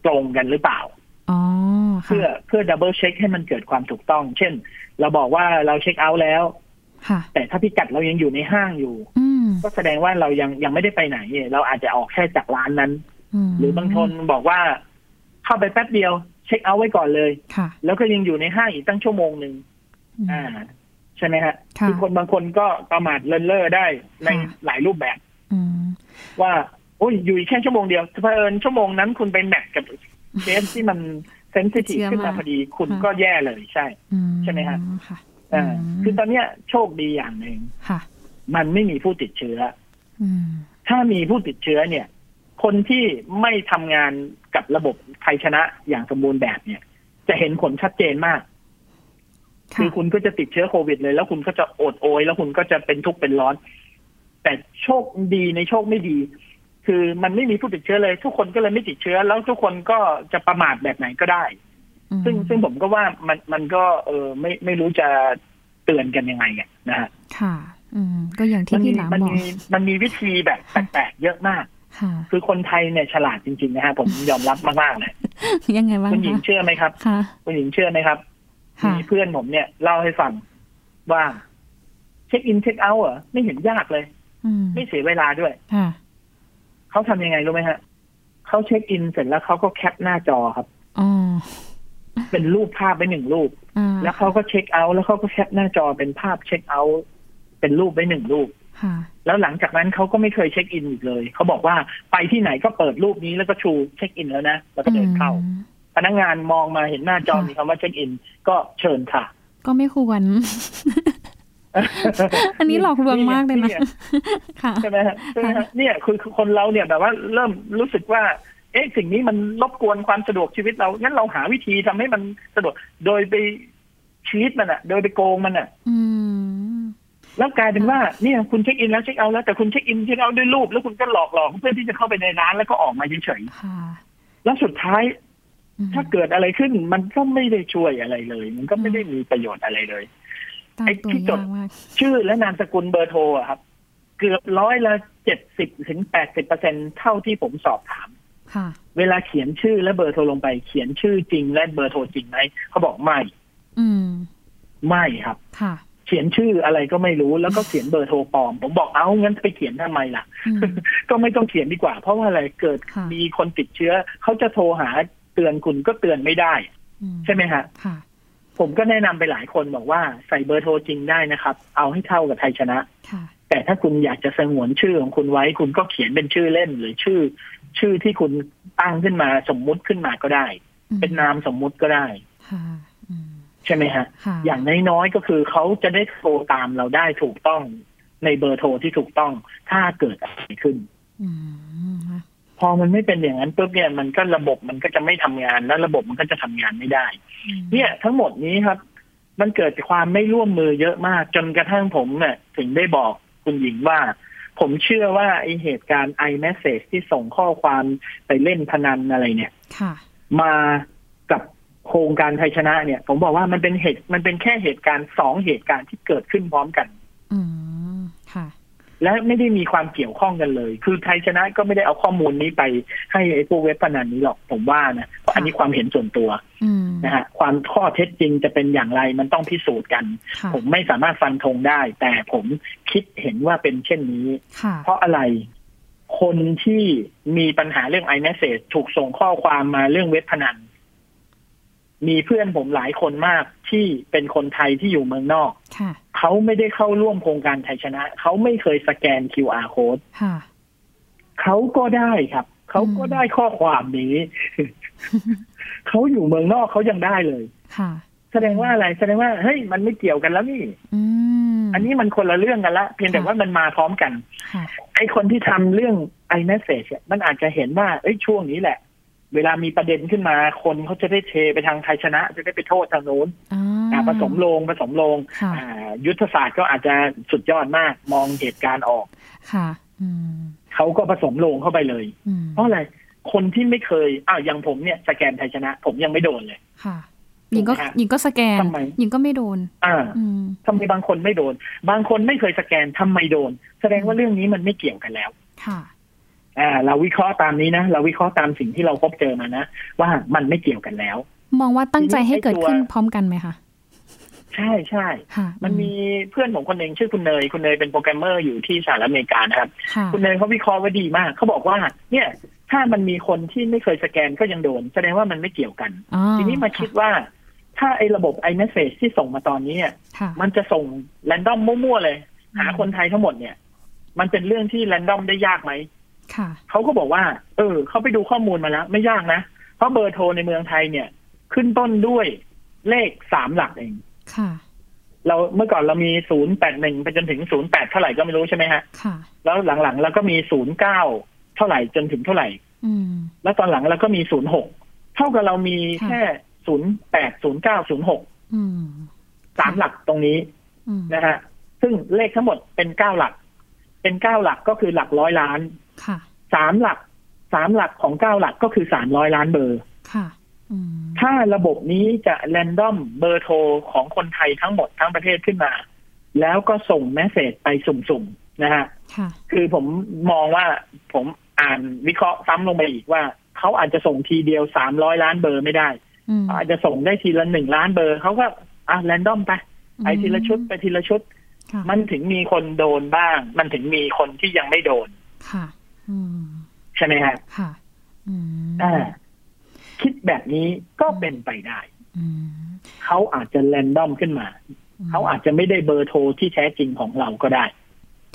Speaker 2: ตรงกันหรือเปล่า
Speaker 1: อ๋อ ค่ะ
Speaker 2: เพื่อเพื่อดับเบิลเช็คให้มันเกิดความถูกต้อง เช่น เราบอกว่าเราเช็คเอาท์แล้ว
Speaker 1: ค่ะ
Speaker 2: แต่ถ้าพิกัดเรายังอยู่ในห้างอยู่
Speaker 1: อืม
Speaker 2: ก็แสดงว่าเรายังยังไม่ได้ไปไหน เราอาจจะออกแค่จากร้านนั้น
Speaker 1: ม
Speaker 2: หรือบางคนบอกว่า เข้าไปแป๊บเดียว เช็คเอาท์ไว้ก่อนเลย
Speaker 1: ค่ะ
Speaker 2: แล้วก็ยังอยู่ในห้างอีกตั้งชั่วโมงหนึ่ง
Speaker 1: อืม
Speaker 2: อ่า ใช่ไหมฮะ
Speaker 1: ค่ะ
Speaker 2: คนบางคนก็ประมาทเลินเล่อได้ใน
Speaker 1: ค่ะ
Speaker 2: หลายรูปแบบ
Speaker 1: อืม
Speaker 2: ว่าโอ้ยอยู่อีกแค่ชั่วโมงเดียวเผอิญชั่วโมงนั้นคุณไปแมทกับเคสที่มันเซนซิทีฟ
Speaker 1: เชื่อมาก
Speaker 2: ขึ้นมาพอดีคุณ
Speaker 1: ค่ะ
Speaker 2: ก็แย่เลยใช่
Speaker 1: อื
Speaker 2: ใช่ไหมฮะ
Speaker 1: ค่ะ
Speaker 2: เออคือตอนเนี้ยโชคดีอย่างหนึ่ง
Speaker 1: ค่ะ
Speaker 2: มันไม่มีผู้ติดเชื้อ
Speaker 1: อืม
Speaker 2: ถ้ามีผู้ติดเชื้อเนี่ย คนที่ไม่ทำงานกับระบบไทยชนะอย่างสมบูรณ์แบบเนี่ย จะเห็นผลชัดเจนมาก
Speaker 1: ค่ะ
Speaker 2: คือคุณก็จะติดเชื้อโควิดเลย แล้วคุณก็จะโอดโอย แล้วคุณก็จะเป็นทุกข์เป็นร้อน แต่โชคดีในโชคไม่ดี คือมันไม่มีผู้ติดเชื้อเลย ทุกคนก็เลยไม่ติดเชื้อ แล้วทุกคนก็จะประมาทแบบไหนก็ได้
Speaker 1: อืม
Speaker 2: ซึ่งซึ่งผมก็ว่ามันมันก็เออไม่ไม่รู้จะเตือนกันยังไงอะนะฮะ
Speaker 1: ค่ะ อืม ก็อย่างที่
Speaker 2: มั
Speaker 1: พี่
Speaker 2: มี
Speaker 1: หลาม
Speaker 2: มัน
Speaker 1: บอก
Speaker 2: มีมันมีวิธีแบบแปลกๆเยอะมาก
Speaker 1: ค่ะ
Speaker 2: คือคนไทยเนี่ยฉลาดจริงๆนะฮะผมยอมรับมากๆเลย
Speaker 1: ยังไงบ้าง
Speaker 2: คุณหญิง
Speaker 1: คะ
Speaker 2: เชื่อไหมครับ
Speaker 1: ค่ะ
Speaker 2: คุณหญิงเชื่อไหมครับ
Speaker 1: ค่ะ
Speaker 2: มีเพื่อนผมเนี่ยเล่าให้ฟังว่าเช็คอินเช็คเอาท์เหรอไม่เห็นยากเลย
Speaker 1: อืม
Speaker 2: ไม่เสียเวลาด้วย
Speaker 1: ค่ะ
Speaker 2: เขาทำยังไงรู้ไหมฮะเขาเช็คอินเสร็จแล้วเขาก็แคปหน้าจอครับ
Speaker 1: อ๋อ
Speaker 2: เป็นรูปภาพไปหนึ่งรูป
Speaker 1: อ่า
Speaker 2: แล้วเขาก็เช็คเอาท์แล้วเขาก็แคปหน้าจอเป็นภาพเช็คเอาท์เป็นรูปไปหนึ่งรูป
Speaker 1: ค่ะ
Speaker 2: แล้วหลังจากนั้นเขาก็ไม่เคยเช็คอินอีกเลยเขาบอกว่าไปที่ไหนก็เปิดรูปนี้แล้วก็ชูเช็คอินแล้วนะแล้วก็เดินเข้า
Speaker 1: อืม
Speaker 2: พนักงานมองมาเห็นหน้าจอ
Speaker 1: ค่ะ
Speaker 2: มีคำว่าเช็คอิน ก็เชิญ ค่ะ
Speaker 1: ก็ไม่ควร อันนี้หลอกลวงมากเลยนะ ค่ะ
Speaker 2: ใช่ไหมฮะใช่ไหมฮะเนี่ยคือคือคนเราเนี่ยแบบว่าเริ่มรู้สึกว่า เอ๊ะสิ่งนี้มันรบกวนความสะดวกชีวิตเรางั้นเราหาวิธีทำให้มันสะดวกโดยไปชีตมันอะโดยไปโกงมันอะ
Speaker 1: อืม
Speaker 2: แล้วกลายเป็นว่าเนี่ยคุณเช็คอินแล้วเช็คเอาท์แล้วแต่คุณเช็คอินเช็คเอาท์ด้วยรูปแล้วคุณก็หลอกหลอกๆเพื่อที่จะเข้าไปในร้านแล้วก็ออกมาเฉย
Speaker 1: ค่ะ
Speaker 2: ๆแล้วสุดท้าย
Speaker 1: อืม
Speaker 2: ถ้าเกิดอะไรขึ้นมันก็ไม่ได้ช่วยอะไรเลย มันก็ไม่ได้มีประโยชน์อะไรเลย
Speaker 1: ตามตัวยากมาก
Speaker 2: ชื่อและนามสกุลเบอร์โทรอะครับ เกือบร้อยละเจ็ดสิบถึงแปดสิบเปอร์เซ็นเท่าที่ผมสอบถาม
Speaker 1: ค่ะ
Speaker 2: เวลาเขียนชื่อและเบอร์โทรลงไป เขียนชื่อจริงและเบอร์โทรจริงไหมเขาบอกไม่
Speaker 1: อืม
Speaker 2: ไม่ครับ
Speaker 1: ค่ะ
Speaker 2: เขียนชื่ออะไรก็ไม่รู้แล้วก็เขียนเบอร์โทรปลอม ผมบอกเอางั้นไปเขียนทำไมล่ะ
Speaker 1: อืม
Speaker 2: ก็ไม่ต้องเขียนดีกว่า เพราะว่าอะไรเกิด
Speaker 1: ค่ะ
Speaker 2: มีคนติดเชื้อ เขาจะโทรหาเตือนคุณก็เตือนไม่ได้
Speaker 1: อื
Speaker 2: ใช่ไหมฮะ
Speaker 1: ค่ะ
Speaker 2: ผมก็แนะนำไปหลายคนบอกว่าใส่เบอร์โทรจริงได้นะครับ เอาให้เท่ากับไทยชนะ
Speaker 1: ค่ะ
Speaker 2: แต่ถ้าคุณอยากจะสงวนชื่อของคุณไว้ คุณก็เขียนเป็นชื่อเล่นหรือชื่อ ชื่อที่คุณตั้งขึ้นมาสมมุติขึ้นมาก็ได้
Speaker 1: อืม
Speaker 2: เป็นนามสมมุติก็ได้
Speaker 1: ค่ะอืม
Speaker 2: ใช่ไหมฮะ
Speaker 1: ค่ะ
Speaker 2: อย่างน้อยๆก็คือเขาจะได้โทรตามเราได้ถูกต้องในเบอร์โทรที่ถูกต้องถ้าเกิดอะไรขึ้น
Speaker 1: อืมค่ะ
Speaker 2: พอมันไม่เป็นอย่างนั้นปุ๊บเนี่ยมันก็ระบบมันก็จะไม่ทำงานและระบบมันก็จะทำงานไม่ได้
Speaker 1: อืม
Speaker 2: เนี่ยทั้งหมดนี้ครับ มันเกิดความไม่ร่วมมือเยอะมาก จนกระทั่งผมเนี่ยถึงได้บอกคุณหญิงว่า ผมเชื่อว่าไอเหตุการณ์ iMessage ที่ส่งข้อความไปเล่นพนันอะไรเนี่ย
Speaker 1: ค่ะ
Speaker 2: มากับโครงการไทยชนะเนี่ย ผมบอกว่ามันเป็นเหตุมันเป็นแค่เหตุการณ์สองเหตุการณ์ที่เกิดขึ้นพร้อมกัน
Speaker 1: อืม ค่ะ
Speaker 2: และไม่ได้มีความเกี่ยวข้องกันเลย คือไทยชนะก็ไม่ได้เอาข้อมูลนี้ไปให้ไอ้พวกเว็บพนันนี้หรอกผมว่านะเพราะอันนี้ความเห็นส่วนตัว
Speaker 1: อืม
Speaker 2: นะฮะความข้อเท็จจริงจะเป็นอย่างไรมันต้องพิสูจน์กัน
Speaker 1: ค่ะ
Speaker 2: ผมไม่สามารถฟันธงได้ แต่ผมคิดเห็นว่าเป็นเช่นนี้
Speaker 1: ค่ะ
Speaker 2: เพราะอะไร คนที่มีปัญหาเรื่อง iMessage ถูกส่งข้อความมาเรื่องเว็บพนัน มีเพื่อนผมหลายคนมากที่เป็นคนไทยที่อยู่เมืองนอก
Speaker 1: ค่ะ
Speaker 2: เขาไม่ได้เข้าร่วมโครงการไทยชนะ เขาไม่เคยสแกน QR code
Speaker 1: ค่ะ
Speaker 2: เขาก็ได้ครับ เขาก็ได้ข้อความนี้ เขาอยู่เมืองนอกเขายังได้เลย
Speaker 1: ค่ะ
Speaker 2: แสดงว่าอะไร แสดงว่าเฮ้ยมันไม่เกี่ยวกันแล้วนี่
Speaker 1: อืม
Speaker 2: อันนี้มันคนละเรื่องกันละเพียงแต่
Speaker 1: ค่ะ
Speaker 2: ว่ามันมาพร้อมกัน
Speaker 1: ค่ะ
Speaker 2: ไอ้คนที่ทำเรื่อง iMessage เนี่ยมันอาจจะเห็นว่าเอ้ยช่วงนี้แหละ เวลามีประเด็นขึ้นมา คนเขาจะได้เทไปทางไทยชนะ จะได้ไปโทษทางโน้น
Speaker 1: อ่า
Speaker 2: อ่ะผสมลงผสมลง
Speaker 1: ค่ะ
Speaker 2: อ่ายุทธศาสตร์ก็อาจจะสุดยอดมาก มองเหตุการณ์ออก
Speaker 1: ค่ะ อืม
Speaker 2: เขาก็ผสมลงเข้าไปเลย
Speaker 1: อืม
Speaker 2: เพราะอะไร คนที่ไม่เคยอ้าวอย่างผมเนี่ยสแกนไทยชนะ ผมยังไม่โดนเลย
Speaker 1: ค่ะ หญิงก็
Speaker 2: ถูกไหมฮะ
Speaker 1: หญิงก็สแกน
Speaker 2: ทำไม
Speaker 1: หญิงก็ไม่โดน
Speaker 2: อ่า
Speaker 1: อืม
Speaker 2: ทำไมบางคนไม่โดน บางคนไม่เคยสแกนทำไมโดน แสดงว่าเรื่องนี้มันไม่เกี่ยวกันแล้ว
Speaker 1: ค่ะ
Speaker 2: อ่าเราวิเคราะห์ตามนี้นะ เราวิเคราะห์ตามสิ่งที่เราพบเจอมานะ ว่ามันไม่เกี่ยวกันแล้ว
Speaker 1: มองว่าตั้งใจให้เกิดขึ้น
Speaker 2: ไอ้ตัว
Speaker 1: พร้อมกันไหมคะ
Speaker 2: ใช่ใช่
Speaker 1: ค่ะ
Speaker 2: มันมีเพื่อนผมคนหนึ่งชื่อคุณเนย คุณเนยเป็นโปรแกรมเมอร์อยู่ที่สหรัฐอเมริกานะครับ
Speaker 1: ค่ะ
Speaker 2: คุณเนยเขาวิเคราะห์ไว้ดีมาก เขาบอกว่า เนี่ย ถ้ามันมีคนที่ไม่เคยสแกนก็ยังโดน แสดงว่ามันไม่เกี่ยวกัน
Speaker 1: อ๋อ
Speaker 2: ทีนี้มาคิดว่า ถ้าไอ้ระบบ iMessage ที่ส่งมาตอนนี้เนี่ย
Speaker 1: ค่ะ
Speaker 2: มันจะส่งแรนดอมมั่วๆเลย หาคนไทยทั้งหมดเนี่ย มันเป็นเรื่องที่แรนดอมได้ยากไหม
Speaker 1: ค่ะ
Speaker 2: เขาก็บอกว่า เออ เขาไปดูข้อมูลมาแล้ว ไม่ยากนะ เพราะเบอร์โทรในเมืองไทยเนี่ย ขึ้นต้นด้วยเลขสามหลักเอง
Speaker 1: ค่ะ
Speaker 2: เราเมื่อก่อนเรามีศูนย์แปดหนึ่งไปจนถึงศูนย์แปดเท่าไหร่ก็ไม่รู้ใช่ไหมฮะ
Speaker 1: ค่ะ
Speaker 2: แล้วหลังๆเราก็มีศูนย์เก้าเท่าไหร่จนถึงเท่าไหร่
Speaker 1: อืม
Speaker 2: แล้วตอนหลังเราก็มีศูนย์หกเท่ากับเรามี
Speaker 1: ค่ะ
Speaker 2: แค่ศูนย์แปดศูนย์เก้าศูนย์หก
Speaker 1: อืม
Speaker 2: สามหลักตรงนี้
Speaker 1: อืม
Speaker 2: นะฮะ ซึ่งเลขทั้งหมดเป็นเก้าหลัก เป็นเก้าหลักก็คือหลักร้อยล้าน
Speaker 1: ค่ะ
Speaker 2: สามหลักสามหลักของเก้าหลักก็คือสามร้อยล้านเบอร์
Speaker 1: ค่ะ อืม
Speaker 2: ถ้าระบบนี้จะแรนดอมเบอร์โทรของคนไทยทั้งหมดทั้งประเทศขึ้นมา แล้วก็ส่งเมสเซจไปสุ่มๆนะฮะ
Speaker 1: ค่ะ
Speaker 2: คือผมมองว่าผมอ่านวิเคราะห์ซ้ำลงไปอีกว่า เขาอาจจะส่งทีเดียวสามร้อยล้านเบอร์ไม่ได้
Speaker 1: อืม
Speaker 2: อาจจะส่งได้ทีละหนึ่งล้านเบอร์ เขาก็อ่ะแรนดอมไปไปทีละชุดไปทีละชุด
Speaker 1: ค่ะ
Speaker 2: มันถึงมีคนโดนบ้าง มันถึงมีคนที่ยังไม่โดน
Speaker 1: ค่ะ อืม
Speaker 2: ใช่ไหมฮะ
Speaker 1: ค่ะ อืม
Speaker 2: อ่าคิดแบบนี้ก็เป็นไปได้
Speaker 1: อืม
Speaker 2: เขาอาจจะแรนดอมขึ้นมา เขาอาจจะไม่ได้เบอร์โทรที่แท้จริงของเราก็ได้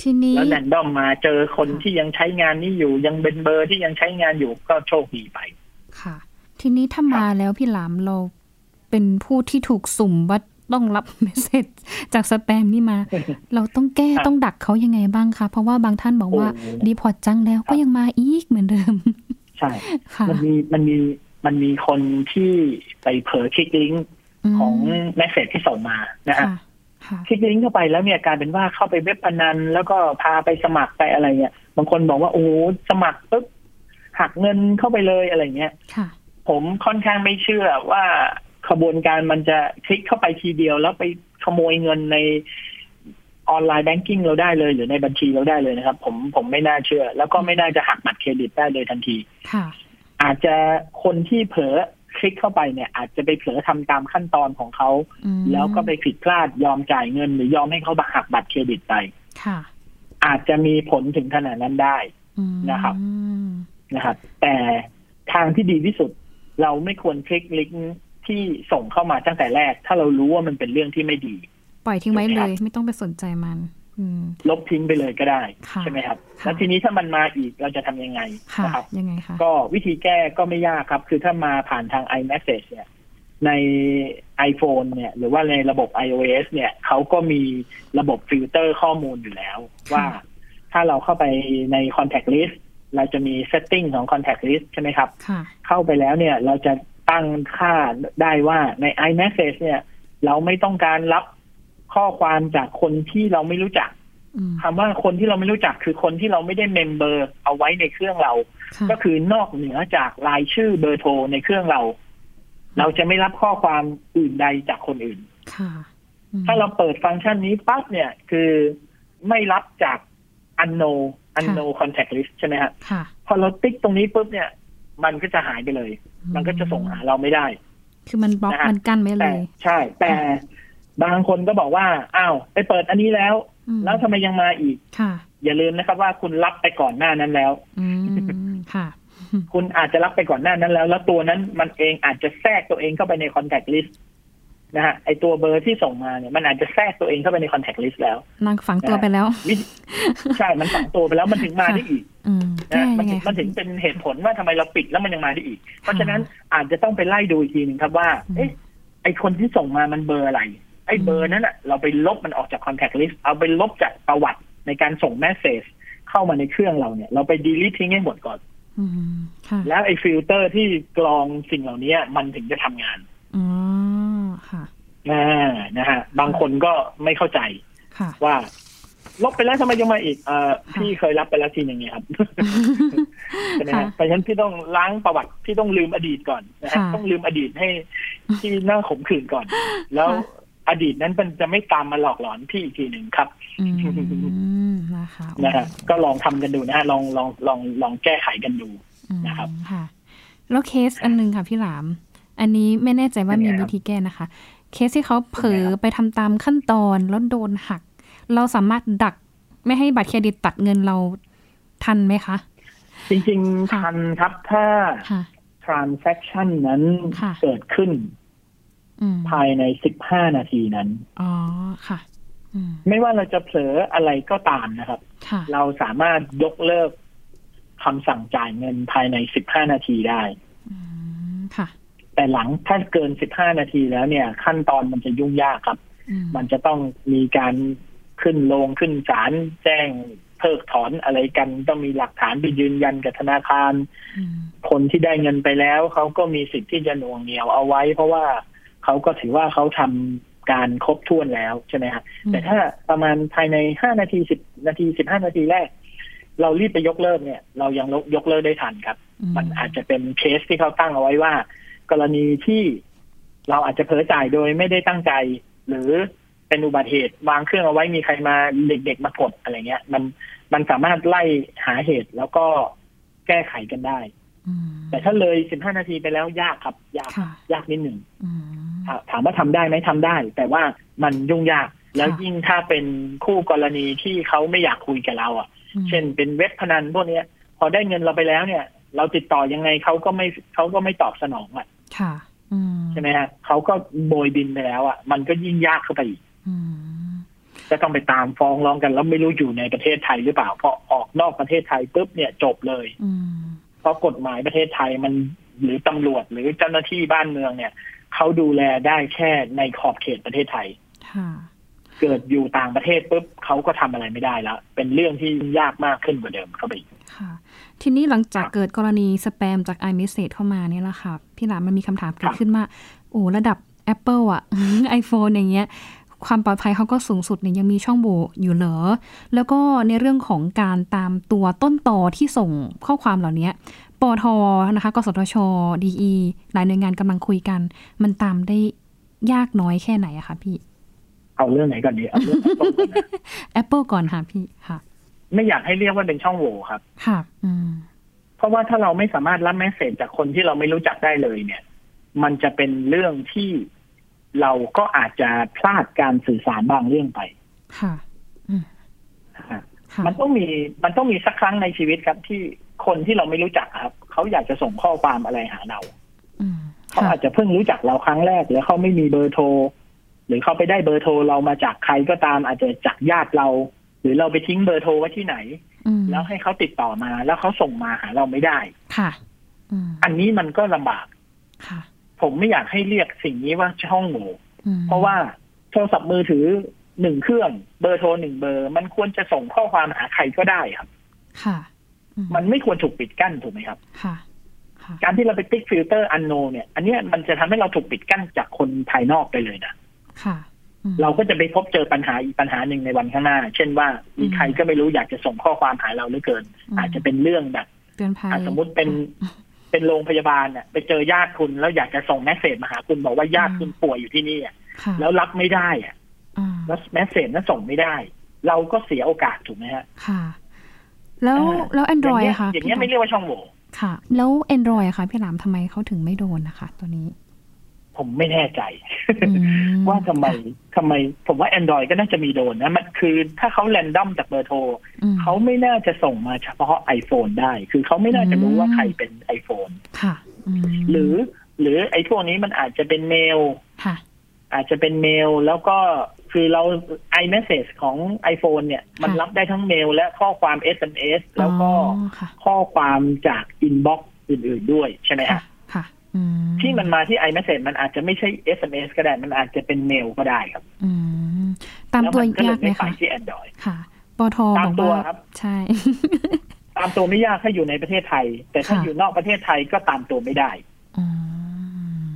Speaker 1: ทีนี้
Speaker 2: แล้วแรนดอมมาเจอคน
Speaker 1: ค่ะ
Speaker 2: ที่ยังใช้งานนี้อยู่ ยังเป็นเบอร์ที่ยังใช้งานอยู่ก็โชคดีไป
Speaker 1: ค่ะ ทีนี้ถ้ามาแล้วพี่หลามเราเป็นผู้ที่ถูกสุ่มว่าต้องรับ เมสเซจจากสแปมนี่มา เราต้องแก้
Speaker 2: ครับ
Speaker 1: ต้องดักเขายังไงบ้างคะ เพราะว่าบางท่านบอกว่า
Speaker 2: โอ้
Speaker 1: รีพอร์ตจังแล้วก็ยังมาอีกเหมือนเดิม
Speaker 2: ใช่
Speaker 1: ค่ะ
Speaker 2: มันมีมันมีมันมีคนที่ไปเผลอคลิกลิงก์
Speaker 1: ม
Speaker 2: ของแมสเซจที่ส่งมานะฮะ
Speaker 1: ค่ะ ค่ะ
Speaker 2: คลิกลิงก์เข้าไปแล้วเนี่ยกลารเป็นว่าเข้าไปเว็บพนันแล้วก็พาไปสมัครไปอะไรเนี่ยบางคนบอกว่าโอ้โหสมัครปุ๊บหักเงินเข้าไปเลยอะไรเงี้ย
Speaker 1: ค่ะ
Speaker 2: ผมค่อนข้างไม่เชื่อว่าขบวนการมันจะคลิกเข้าไปทีเดียว แล้วไปขโมยเงินในออนไลน์แบงกิ้งเราได้เลย หรือในบัญชีเราได้เลยนะครับ ผมผมไม่น่าเชื่อ แล้วก็ไม่น่าจะหักบัตรเครดิตได้เลยทันที
Speaker 1: ค่ะ
Speaker 2: อาจจะคนที่เผลอคลิกเข้าไปเนี่ย อาจจะไปเผลอทำตามขั้นตอนของเขา
Speaker 1: อืม
Speaker 2: แล้วก็ไปผิดพลาดยอมจ่ายเงิน หรือยอมให้เขาหักบัตรเครดิตไป
Speaker 1: ค่ะ
Speaker 2: อาจจะมีผลถึงขนาดนั้นได้
Speaker 1: อืม
Speaker 2: นะครับ นะครับแต่ทางที่ดีที่สุด เราไม่ควรคลิกลิงก์ที่ส่งเข้ามาตั้งแต่แรก ถ้าเรารู้ว่ามันเป็นเรื่องที่ไม่ดี
Speaker 1: ปล่อยทิ้งไว้
Speaker 2: ถูกไหม
Speaker 1: เล
Speaker 2: ครับ
Speaker 1: ย ไม่ต้องไปสนใจมัน อืม
Speaker 2: ลบทิ้งไปเลยก็ได้
Speaker 1: ค่ะ
Speaker 2: ใช่ไหมครับ
Speaker 1: ค่ะ
Speaker 2: แล้วทีนี้ถ้ามันมาอีกเราจะทำยังไง
Speaker 1: ค่ะ
Speaker 2: นะครับ
Speaker 1: ยังไงคะ
Speaker 2: ก็วิธีแก้ก็ไม่ยากครับ คือถ้ามาผ่านทาง iMessage เนี่ย ใน iPhone เนี่ย หรือว่าในระบบ iOS เนี่ยเขาก็มีระบบฟิลเตอร์ข้อมูลอยู่แล้ว
Speaker 1: ค่ะ
Speaker 2: ว่าถ้าเราเข้าไปใน Contact List เราจะมี Setting ของ Contact List ใช่ไหมครับ
Speaker 1: ค่ะ
Speaker 2: เข้าไปแล้วเนี่ย เราจะตั้งค่าได้ว่าใน iMessage เนี่ย เราไม่ต้องการรับข้อความจากคนที่เราไม่รู้จัก
Speaker 1: อืม
Speaker 2: คำว่าคนที่เราไม่รู้จักคือคนที่เราไม่ได้เมมเบอร์ เอาไว้ในเครื่องเรา
Speaker 1: ค่ะ
Speaker 2: ก็คือนอกเหนือจากรายชื่อเบอร์โทรในเครื่องเรา เราจะไม่รับข้อความอื่นใดจากคนอื่น
Speaker 1: ค่ะอืม
Speaker 2: ถ้าเราเปิดฟังก์ชันนี้ปั๊บเนี่ย คือไม่รับจาก unknown
Speaker 1: ค่ะ
Speaker 2: unknown contact list ใช่ไหมฮะ
Speaker 1: ค่ะ
Speaker 2: พอเราติ๊กตรงนี้ปุ๊บเนี่ย มันก็จะหายไปเลย มันก็จะส่งหาเราไม่ได้
Speaker 1: คือมันบล็อก
Speaker 2: นะฮะ
Speaker 1: มันกั้นไม่เล
Speaker 2: แต่
Speaker 1: ย
Speaker 2: ใช่ แต่บางคนก็บอกว่า อ้าว ไปเปิดอันนี้แล้ว
Speaker 1: อืม
Speaker 2: แล้วทำไมยังมาอีก
Speaker 1: ค่ะ
Speaker 2: อย่าลืมนะครับว่าคุณรับไปก่อนหน้านั้นแล้ว
Speaker 1: อืม ค่ะ
Speaker 2: คุณอาจจะรับไปก่อนหน้านั้นแล้ว แล้วตัวนั้นมันเองอาจจะแทรกตัวเองเข้าไปในคอนแทคลิสต์นะฮะไอตัวเบอร์ที่ส่งมาเนี่ยมันอาจจะแทรกตัวเองเข้าไปในคอนแทคลิสต์แล้ว
Speaker 1: นางฝังตัวไปแล้ว
Speaker 2: วิ ใช่ มันฝังตัวไปแล้วมันถึงมาได้อีก
Speaker 1: อืม
Speaker 2: นะ
Speaker 1: แก้
Speaker 2: ฮะมั
Speaker 1: ยังไง
Speaker 2: ถึง
Speaker 1: คะ
Speaker 2: มันถึงเป็นเหตุผลว่าทำไมเราปิดแล้วมันยังมาได้อีก เพราะ
Speaker 1: ค่ะ
Speaker 2: ฉะนั้นอาจจะต้องไปไล่ดูอีกทีหนึ่งครับว่า
Speaker 1: อืม
Speaker 2: เอ๊ะไอคนที่ส่งมามันเบอร์อะไร ไอเบอร์นั้นอ่ะ เราไปลบมันออกจากคอนแทคลิสต์เอาไปลบจากประวัติในการส่งแมสเซจเข้ามาในเครื่องเราเนี่ย เราไปดีลิททิ้งให้หมดก่อน
Speaker 1: อืมค่ะ
Speaker 2: แล้วไอ้ฟิลเตอร์ที่กรองสิ่งเหล่านี้มันถึงจะทำงาน
Speaker 1: อ๋อค่ะ
Speaker 2: อ่านะฮะ บางคนก็ไม่เข้าใจ
Speaker 1: ค่ะ
Speaker 2: ว่า ลบไปแล้วทำไมยังมาอีกเอ่อ
Speaker 1: ค่ะ
Speaker 2: พี่เคยรับไปแล้วทีหนึ่งเนี่ยครับ ใช่ไหม
Speaker 1: ค่ะ
Speaker 2: ฮะเพราะฉะนั้นพี่ต้องล้างประวัติพี่ต้องลืมอดีตก่อนนะฮะ
Speaker 1: ค่ะ
Speaker 2: ต้องลืมอดีตให้ที่น่าขมขื่นก่อน แล้ว
Speaker 1: ค่ะ
Speaker 2: อดีตนั้นมันจะไม่ตามมาหลอกหลอนพี่อีกทีหนึ่งครับ
Speaker 1: อืมนะคะ
Speaker 2: นะฮะก็ลองทำกันดูนะฮะลองลองลองลองแก้ไขกันดู
Speaker 1: อืม
Speaker 2: นะครับ
Speaker 1: ค่ะ แล้วเคสอันหนึงค่ะพี่หลาม อันนี้ไม่แน่ใจว่ามี
Speaker 2: เป็นไงครั
Speaker 1: วิ
Speaker 2: บ
Speaker 1: ธีแก้นะคะ เคสที่เขาเผลอ
Speaker 2: เป็นไง
Speaker 1: ไป
Speaker 2: ครับ
Speaker 1: ทำตามขั้นตอนแล้วโดนหัก เราสามารถดักไม่ให้บัตรเครดิตตัดเงินเราทันไหมคะ
Speaker 2: จริงๆ
Speaker 1: ค่ะ
Speaker 2: ทันครับถ้า
Speaker 1: ค่ะ
Speaker 2: transaction นั้น
Speaker 1: ค่ะ
Speaker 2: เกิดขึ้น
Speaker 1: อืม
Speaker 2: ภายใน 15 นาทีนั้น
Speaker 1: อ๋อค่ะ อืม
Speaker 2: ไม่ว่าเราจะเผลออะไรก็ตามนะครับ
Speaker 1: ค่ะ
Speaker 2: เราสามารถยกเลิกคำสั่งจ่ายเงินภายใน 15 นาทีได้
Speaker 1: อืมค่ะ
Speaker 2: แต่หลังถ้าเกิน 15 นาทีแล้วเนี่ย ขั้นตอนมันจะยุ่งยากครับ
Speaker 1: อื
Speaker 2: มันจะต้องมีการขึ้นลงขึ้นศาลแจ้งเพิกถอนอะไรกัน ต้องมีหลักฐานไปยืนยันกับธนาคาร
Speaker 1: อืม
Speaker 2: คนที่ได้เงินไปแล้วเขาก็มีสิทธิ์ที่จะหน่วงเหนียวเอาไว้ เพราะว่าเขาก็ถือว่าเขาทำการครบถ้วนแล้วใช่ไหมฮะแต่ถ้าประมาณภายในห้านาทีสิบนาทีสิบห้านาทีแรก เรารีบไปยกเลิกเนี่ย เรายังยกเลิกได้ทันครับ มันอาจจะเป็นเคสที่เขาตั้งเอาไว้ว่า กรณีที่เราอาจจะเผลอจ่ายโดยไม่ได้ตั้งใจ หรือเป็นอุบัติเหตุวางเครื่องเอาไว้มีใครมาเด็กๆมากดอะไรเงี้ย มันมันสามารถไล่หาเหตุแล้วก็แก้ไขกันได้
Speaker 1: อืม
Speaker 2: แต่ถ้าเลย 15 นาทีไปแล้วยากครับ ยาก
Speaker 1: ค่ะ
Speaker 2: ยากนิดหนึ่ง
Speaker 1: อืม
Speaker 2: ถาถามว่าทำได้ไหมทำได้ แต่ว่ามันยุ่งยาก แล้ว
Speaker 1: ค่ะ
Speaker 2: ยิ่งถ้าเป็นคู่กรณีที่เขาไม่อยากคุยกับเราอ่ะ เช่นเป็นเว็บพนันพวกเนี้ย พอได้เงินเราไปแล้วเนี่ย เราติดต่อยังไงเขาก็ไม่เขาก็ไม่ตอบสนองอ่ะ
Speaker 1: ค่ะอืม
Speaker 2: ใช่ไหมฮะเขาก็โบยบินไปแล้วอ่ะมันก็ยิ่งยากเข้าไปอีก
Speaker 1: อืม
Speaker 2: ก็ต้องไปตามฟ้องร้องกันแล้วไม่รู้อยู่ในประเทศไทยหรือเปล่าพอออกนอกประเทศไทยปุ๊บเนี่ยจบเลย
Speaker 1: อืม
Speaker 2: เพราะกฎหมายประเทศไทยมันหรือตำรวจหรือเจ้าหน้าที่บ้านเมืองเนี่ยเขาดูแลได้แค่ในขอบเขตประเทศไทย
Speaker 1: ค่ะ
Speaker 2: เกิดอยู่ต่างประเทศปุ๊บเขาก็ทำอะไรไม่ได้แล้ว เป็นเรื่องที่ยากมากขึ้นกว่าเดิมเข้าไปอีก
Speaker 1: ค่ะ ทีนี้หลังจากเกิดกรณีสแปมจาก iMessage เข้ามาเนี่ยละค่ะ พี่หลามมันมีคำถามเกิดขึ้นมา โอ้ระดับ Apple อ่ะ iPhone อย่างเงี้ย ความปลอดภัยเขาก็สูงสุดเนี่ยยังมีช่องโหว่อยู่เหรอ แล้วก็ในเรื่องของการตามตัวต้นตอที่ส่งข้อความเหล่านี้ปอทนะคะกสทช DE หลายหน่วยงานกำลังคุยกัน มันตามได้ยากน้อยแค่ไหนอะคะพี่
Speaker 2: เอาเรื่องไหนก่อนดีเอาเรื่องต้นก่อนนะ
Speaker 1: Apple ก่อนค่ะพี่ค่ะ
Speaker 2: ไม่อยากให้เรียกว่าเป็นช่องโหว่ครับ
Speaker 1: ค่ะ อืม
Speaker 2: เพราะว่าถ้าเราไม่สามารถรับแมสเซจจากคนที่เราไม่รู้จักได้เลยเนี่ย มันจะเป็นเรื่องที่เราก็อาจจะพลาดการสื่อสารบางเรื่องไป
Speaker 1: ค่ะ อืม
Speaker 2: นะฮะ
Speaker 1: ค่ะ
Speaker 2: มันต้องมีมันต้องมีสักครั้งในชีวิตครับที่คนที่เราไม่รู้จักครับ เขาอยากจะส่งข้อความอะไรหาเรา
Speaker 1: อืม
Speaker 2: เขาอาจจะเพิ่งรู้จักเราครั้งแรก หรือเขาไม่มีเบอร์โทร หรือเขาไปได้เบอร์โทรเรามาจากใครก็ตาม อาจจะจากญาติเรา หรือเราไปทิ้งเบอร์โทรไว้ที่ไหน
Speaker 1: อืม
Speaker 2: แล้วให้เขาติดต่อมา แล้วเขาส่งมาหาเราไม่ได้
Speaker 1: ค่ะอืม
Speaker 2: อันนี้มันก็ลำบาก
Speaker 1: ค่ะ
Speaker 2: ผมไม่อยากให้เรียกสิ่งนี้ว่าช่องโหว่
Speaker 1: อืม
Speaker 2: เพราะว่าโทรศัพท์มือถือหนึ่งเครื่องเบอร์โทรหนึ่งเบอร์ มันควรจะส่งข้อความหาใครก็ได้ครับ
Speaker 1: ค่ะอื
Speaker 2: มันไม่ควรถูกปิดกั้นถูกไหมครับ
Speaker 1: ค่ะ ค่ะ
Speaker 2: การที่เราไปติ๊กฟิลเตอร์อันโนเนี่ย อันเนี้ยมันจะทำให้เราถูกปิดกั้นจากคนภายนอกไปเลยนะ
Speaker 1: ค่ะอืม
Speaker 2: เราก็จะไปพบเจอปัญหาอีกปัญหาหนึ่งในวันข้างหน้า เช่นว่ามีใครก็ไม่รู้อยากจะส่งข้อความหาเราเหลือเกิน
Speaker 1: อืม
Speaker 2: อาจจะเป็นเรื่องแบบ
Speaker 1: เตือนภัย
Speaker 2: อ่ะสมมติเป็นเป็นโรงพยาบาลน่ะไปเจอญาติคุณแล้วอยากจะส่งแมสเซจมาหาคุณบอกว่าญาติคุณป่วยอยู่ที่นี่อ่ะ
Speaker 1: ค่ะ
Speaker 2: แล้วรับไม่ได้อ่ะ
Speaker 1: อ่า
Speaker 2: แล้วแมสเซจนั้นส่งไม่ได้ เราก็เสียโอกาสถูกไหมฮะ
Speaker 1: ค่ะ แล้วแล้วแอนดรอย
Speaker 2: างเงี้
Speaker 1: ค่ะ
Speaker 2: อย่างเงี้ยไม่
Speaker 1: พี่หลาม
Speaker 2: เรียกว่าช่องโหว่
Speaker 1: ค่ะ แล้วแอนดรอยค่ะพี่หลามทำไมเขาถึงไม่โดนนะคะ ตัวนี้
Speaker 2: ผมไม่แน่ใจ
Speaker 1: อืม
Speaker 2: ว่าทำไมทำไมผมว่า Android ก็น่าจะมีโดนนะมันคือถ้าเขาแรนดอมจากเบอร์โทร
Speaker 1: อืม
Speaker 2: เขาไม่น่าจะส่งมาเฉพาะ iPhone ได้ คือเขาไม่น่าจะรู้ว่าใครเป็น iPhone
Speaker 1: ค่ะม
Speaker 2: หรือ หรือไอ้พวกนี้มันอาจจะเป็นเมล
Speaker 1: ค่ะ
Speaker 2: อาจจะเป็นเมล แล้วก็คือเรา iMessage ของ iPhone เนี่ย มัน
Speaker 1: ค่ะ
Speaker 2: รับได้ทั้งเมลและข้อความ SMS แล้วก็
Speaker 1: อ๋อค่ะ
Speaker 2: ข้อความจาก Inbox อื่นๆด้วยใช่ไหม
Speaker 1: ค่ะ
Speaker 2: ฮะ
Speaker 1: ค่ะอืม
Speaker 2: ที่มันมาที่ iMessage มันอาจจะไม่ใช่ SMS ก็ได้ มันอาจจะเป็นเมลก็ได้ครับ
Speaker 1: อืมตาม
Speaker 2: แล้ว
Speaker 1: ตัว
Speaker 2: มันก็เล
Speaker 1: าย
Speaker 2: ย
Speaker 1: กไหม
Speaker 2: ไม่ไป
Speaker 1: คะ
Speaker 2: ที่ Android
Speaker 1: ค่ะปท
Speaker 2: ตา
Speaker 1: บอ
Speaker 2: ม
Speaker 1: ก
Speaker 2: ตัว
Speaker 1: ว่า
Speaker 2: ครับ
Speaker 1: ใช่
Speaker 2: ตามตัวไม่ยากถ้าอยู่ในประเทศไทย แต่ถ้า
Speaker 1: ค่ะ
Speaker 2: อยู่นอกประเทศไทยก็ตามตัวไม่ได้
Speaker 1: อืม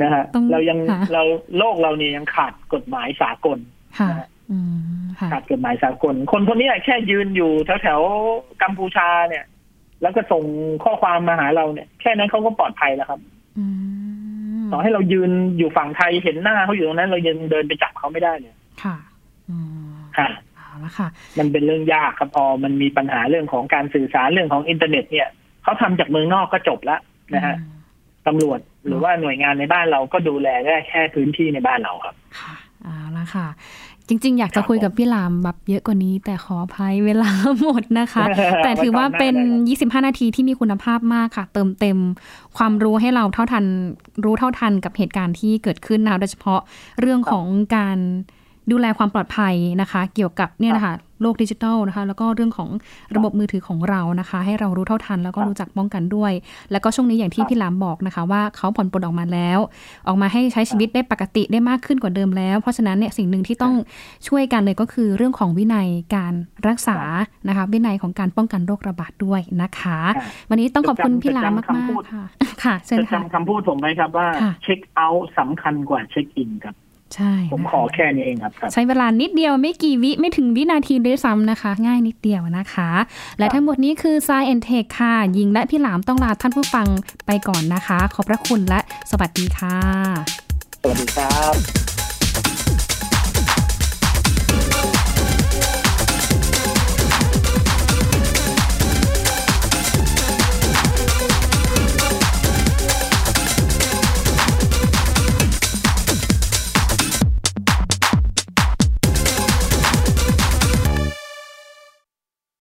Speaker 2: นะฮะ
Speaker 1: ต้อง
Speaker 2: เรายัง
Speaker 1: ค่ะ
Speaker 2: เราโลกเราเนี่ยยังขาดกฎหมายสากล
Speaker 1: ค่ะ
Speaker 2: นะฮะ
Speaker 1: อืม ค่ะ
Speaker 2: ขาดกฎหมายสากล คนคนเนี้ยแค่ยืนอยู่แถวแถวๆกัมพูชาเนี่ย แล้วก็ส่งข้อความมาหาเราเนี่ย แค่นั้นเขาก็ปลอดภัยแล้วครับ
Speaker 1: อืม
Speaker 2: ต่อให้เรายืนอยู่ฝั่งไทยเห็นหน้าเขาอยู่ตรงนั้น เรายังเดินไปจับเขาไม่ได้เลย
Speaker 1: ค่ะ อืม
Speaker 2: ค่ะ
Speaker 1: เอาละค่ะ
Speaker 2: มันเป็นเรื่องยากครับพอมันมีปัญหาเรื่องของการสื่อสารเรื่องของอินเทอร์เน็ต เนี่ยเขาทำจากเมืองนอกก็จบละนะฮะ ตำรวจหรือว่าหน่วยงานในบ้านเราก็ดูแลได้แค่พื้นที่ในบ้านเราครับ
Speaker 1: ค่ะเอาละค่ะ จริง ๆ อยากจะคุยกับพี่หลามแบบเยอะกว่านี้ แต่ขออภัยเวลา หมดนะคะ แต่ถือว่าเป็น 25 นาทีที่มีคุณภาพมากค่ะ เติมเต็มความรู้ให้เราเท่าทัน รู้เท่าทันกับเหตุการณ์ที่เกิดขึ้นนะคะโดยเฉพาะเรื่องของการดูแลความปลอดภัยนะคะ เกี่ยวกับเนี่ยนะคะโลกดิจิทัลนะคะ แล้วก็เรื่องของระบบมือถือของเรานะคะ ให้เรารู้เท่าทันแล้วก็
Speaker 2: ครับ
Speaker 1: รู้จักป้องกันด้วย แล้วก็ช่วงนี้อย่างที่พี่หลามบอกนะคะ ว่าเขาผ่อนปลนออกมาแล้ว ออกมาให้ใช้ชีวิตได้ปกติได้มากขึ้นกว่าเดิมแล้ว เพราะฉะนั้นเนี่ยสิ่งหนึ่งที่ต้องช่วยกันเลยก็คือเรื่องของวินัยการรักษานะคะ วินัยของการป้องกันโรคระบาดด้วยนะคะ
Speaker 2: ครับ
Speaker 1: วันนี้ต้องขอบคุณ
Speaker 2: จดจำ
Speaker 1: พี่หลาม
Speaker 2: จดจำ
Speaker 1: มา
Speaker 2: คำ
Speaker 1: ก
Speaker 2: พูด
Speaker 1: ๆค่ะ ค่ะเชิญ
Speaker 2: จะ
Speaker 1: ค่ะ
Speaker 2: จำคำพูดผมไหมครับว่า
Speaker 1: ค่ะ
Speaker 2: เช็คเอาท์สำคัญกว่าเช็คอินครับ
Speaker 1: ใช่
Speaker 2: ผม
Speaker 1: นะ
Speaker 2: ข
Speaker 1: คะ
Speaker 2: อแค่นี้เองครับครับ
Speaker 1: ใช้เวลานิดเดียวไม่กี่วิไม่ถึงวินาทีด้วยซ้ำนะคะ ง่ายนิดเดียวนะคะ และทั้งหมดนี้คือ s ายแอนเทคค่ะ ยิงและพี่หลามต้องลาท่านผู้ฟังไปก่อนนะคะ ขอบพระคุณและสวัสดีค่ะ
Speaker 2: สวัสดีครับ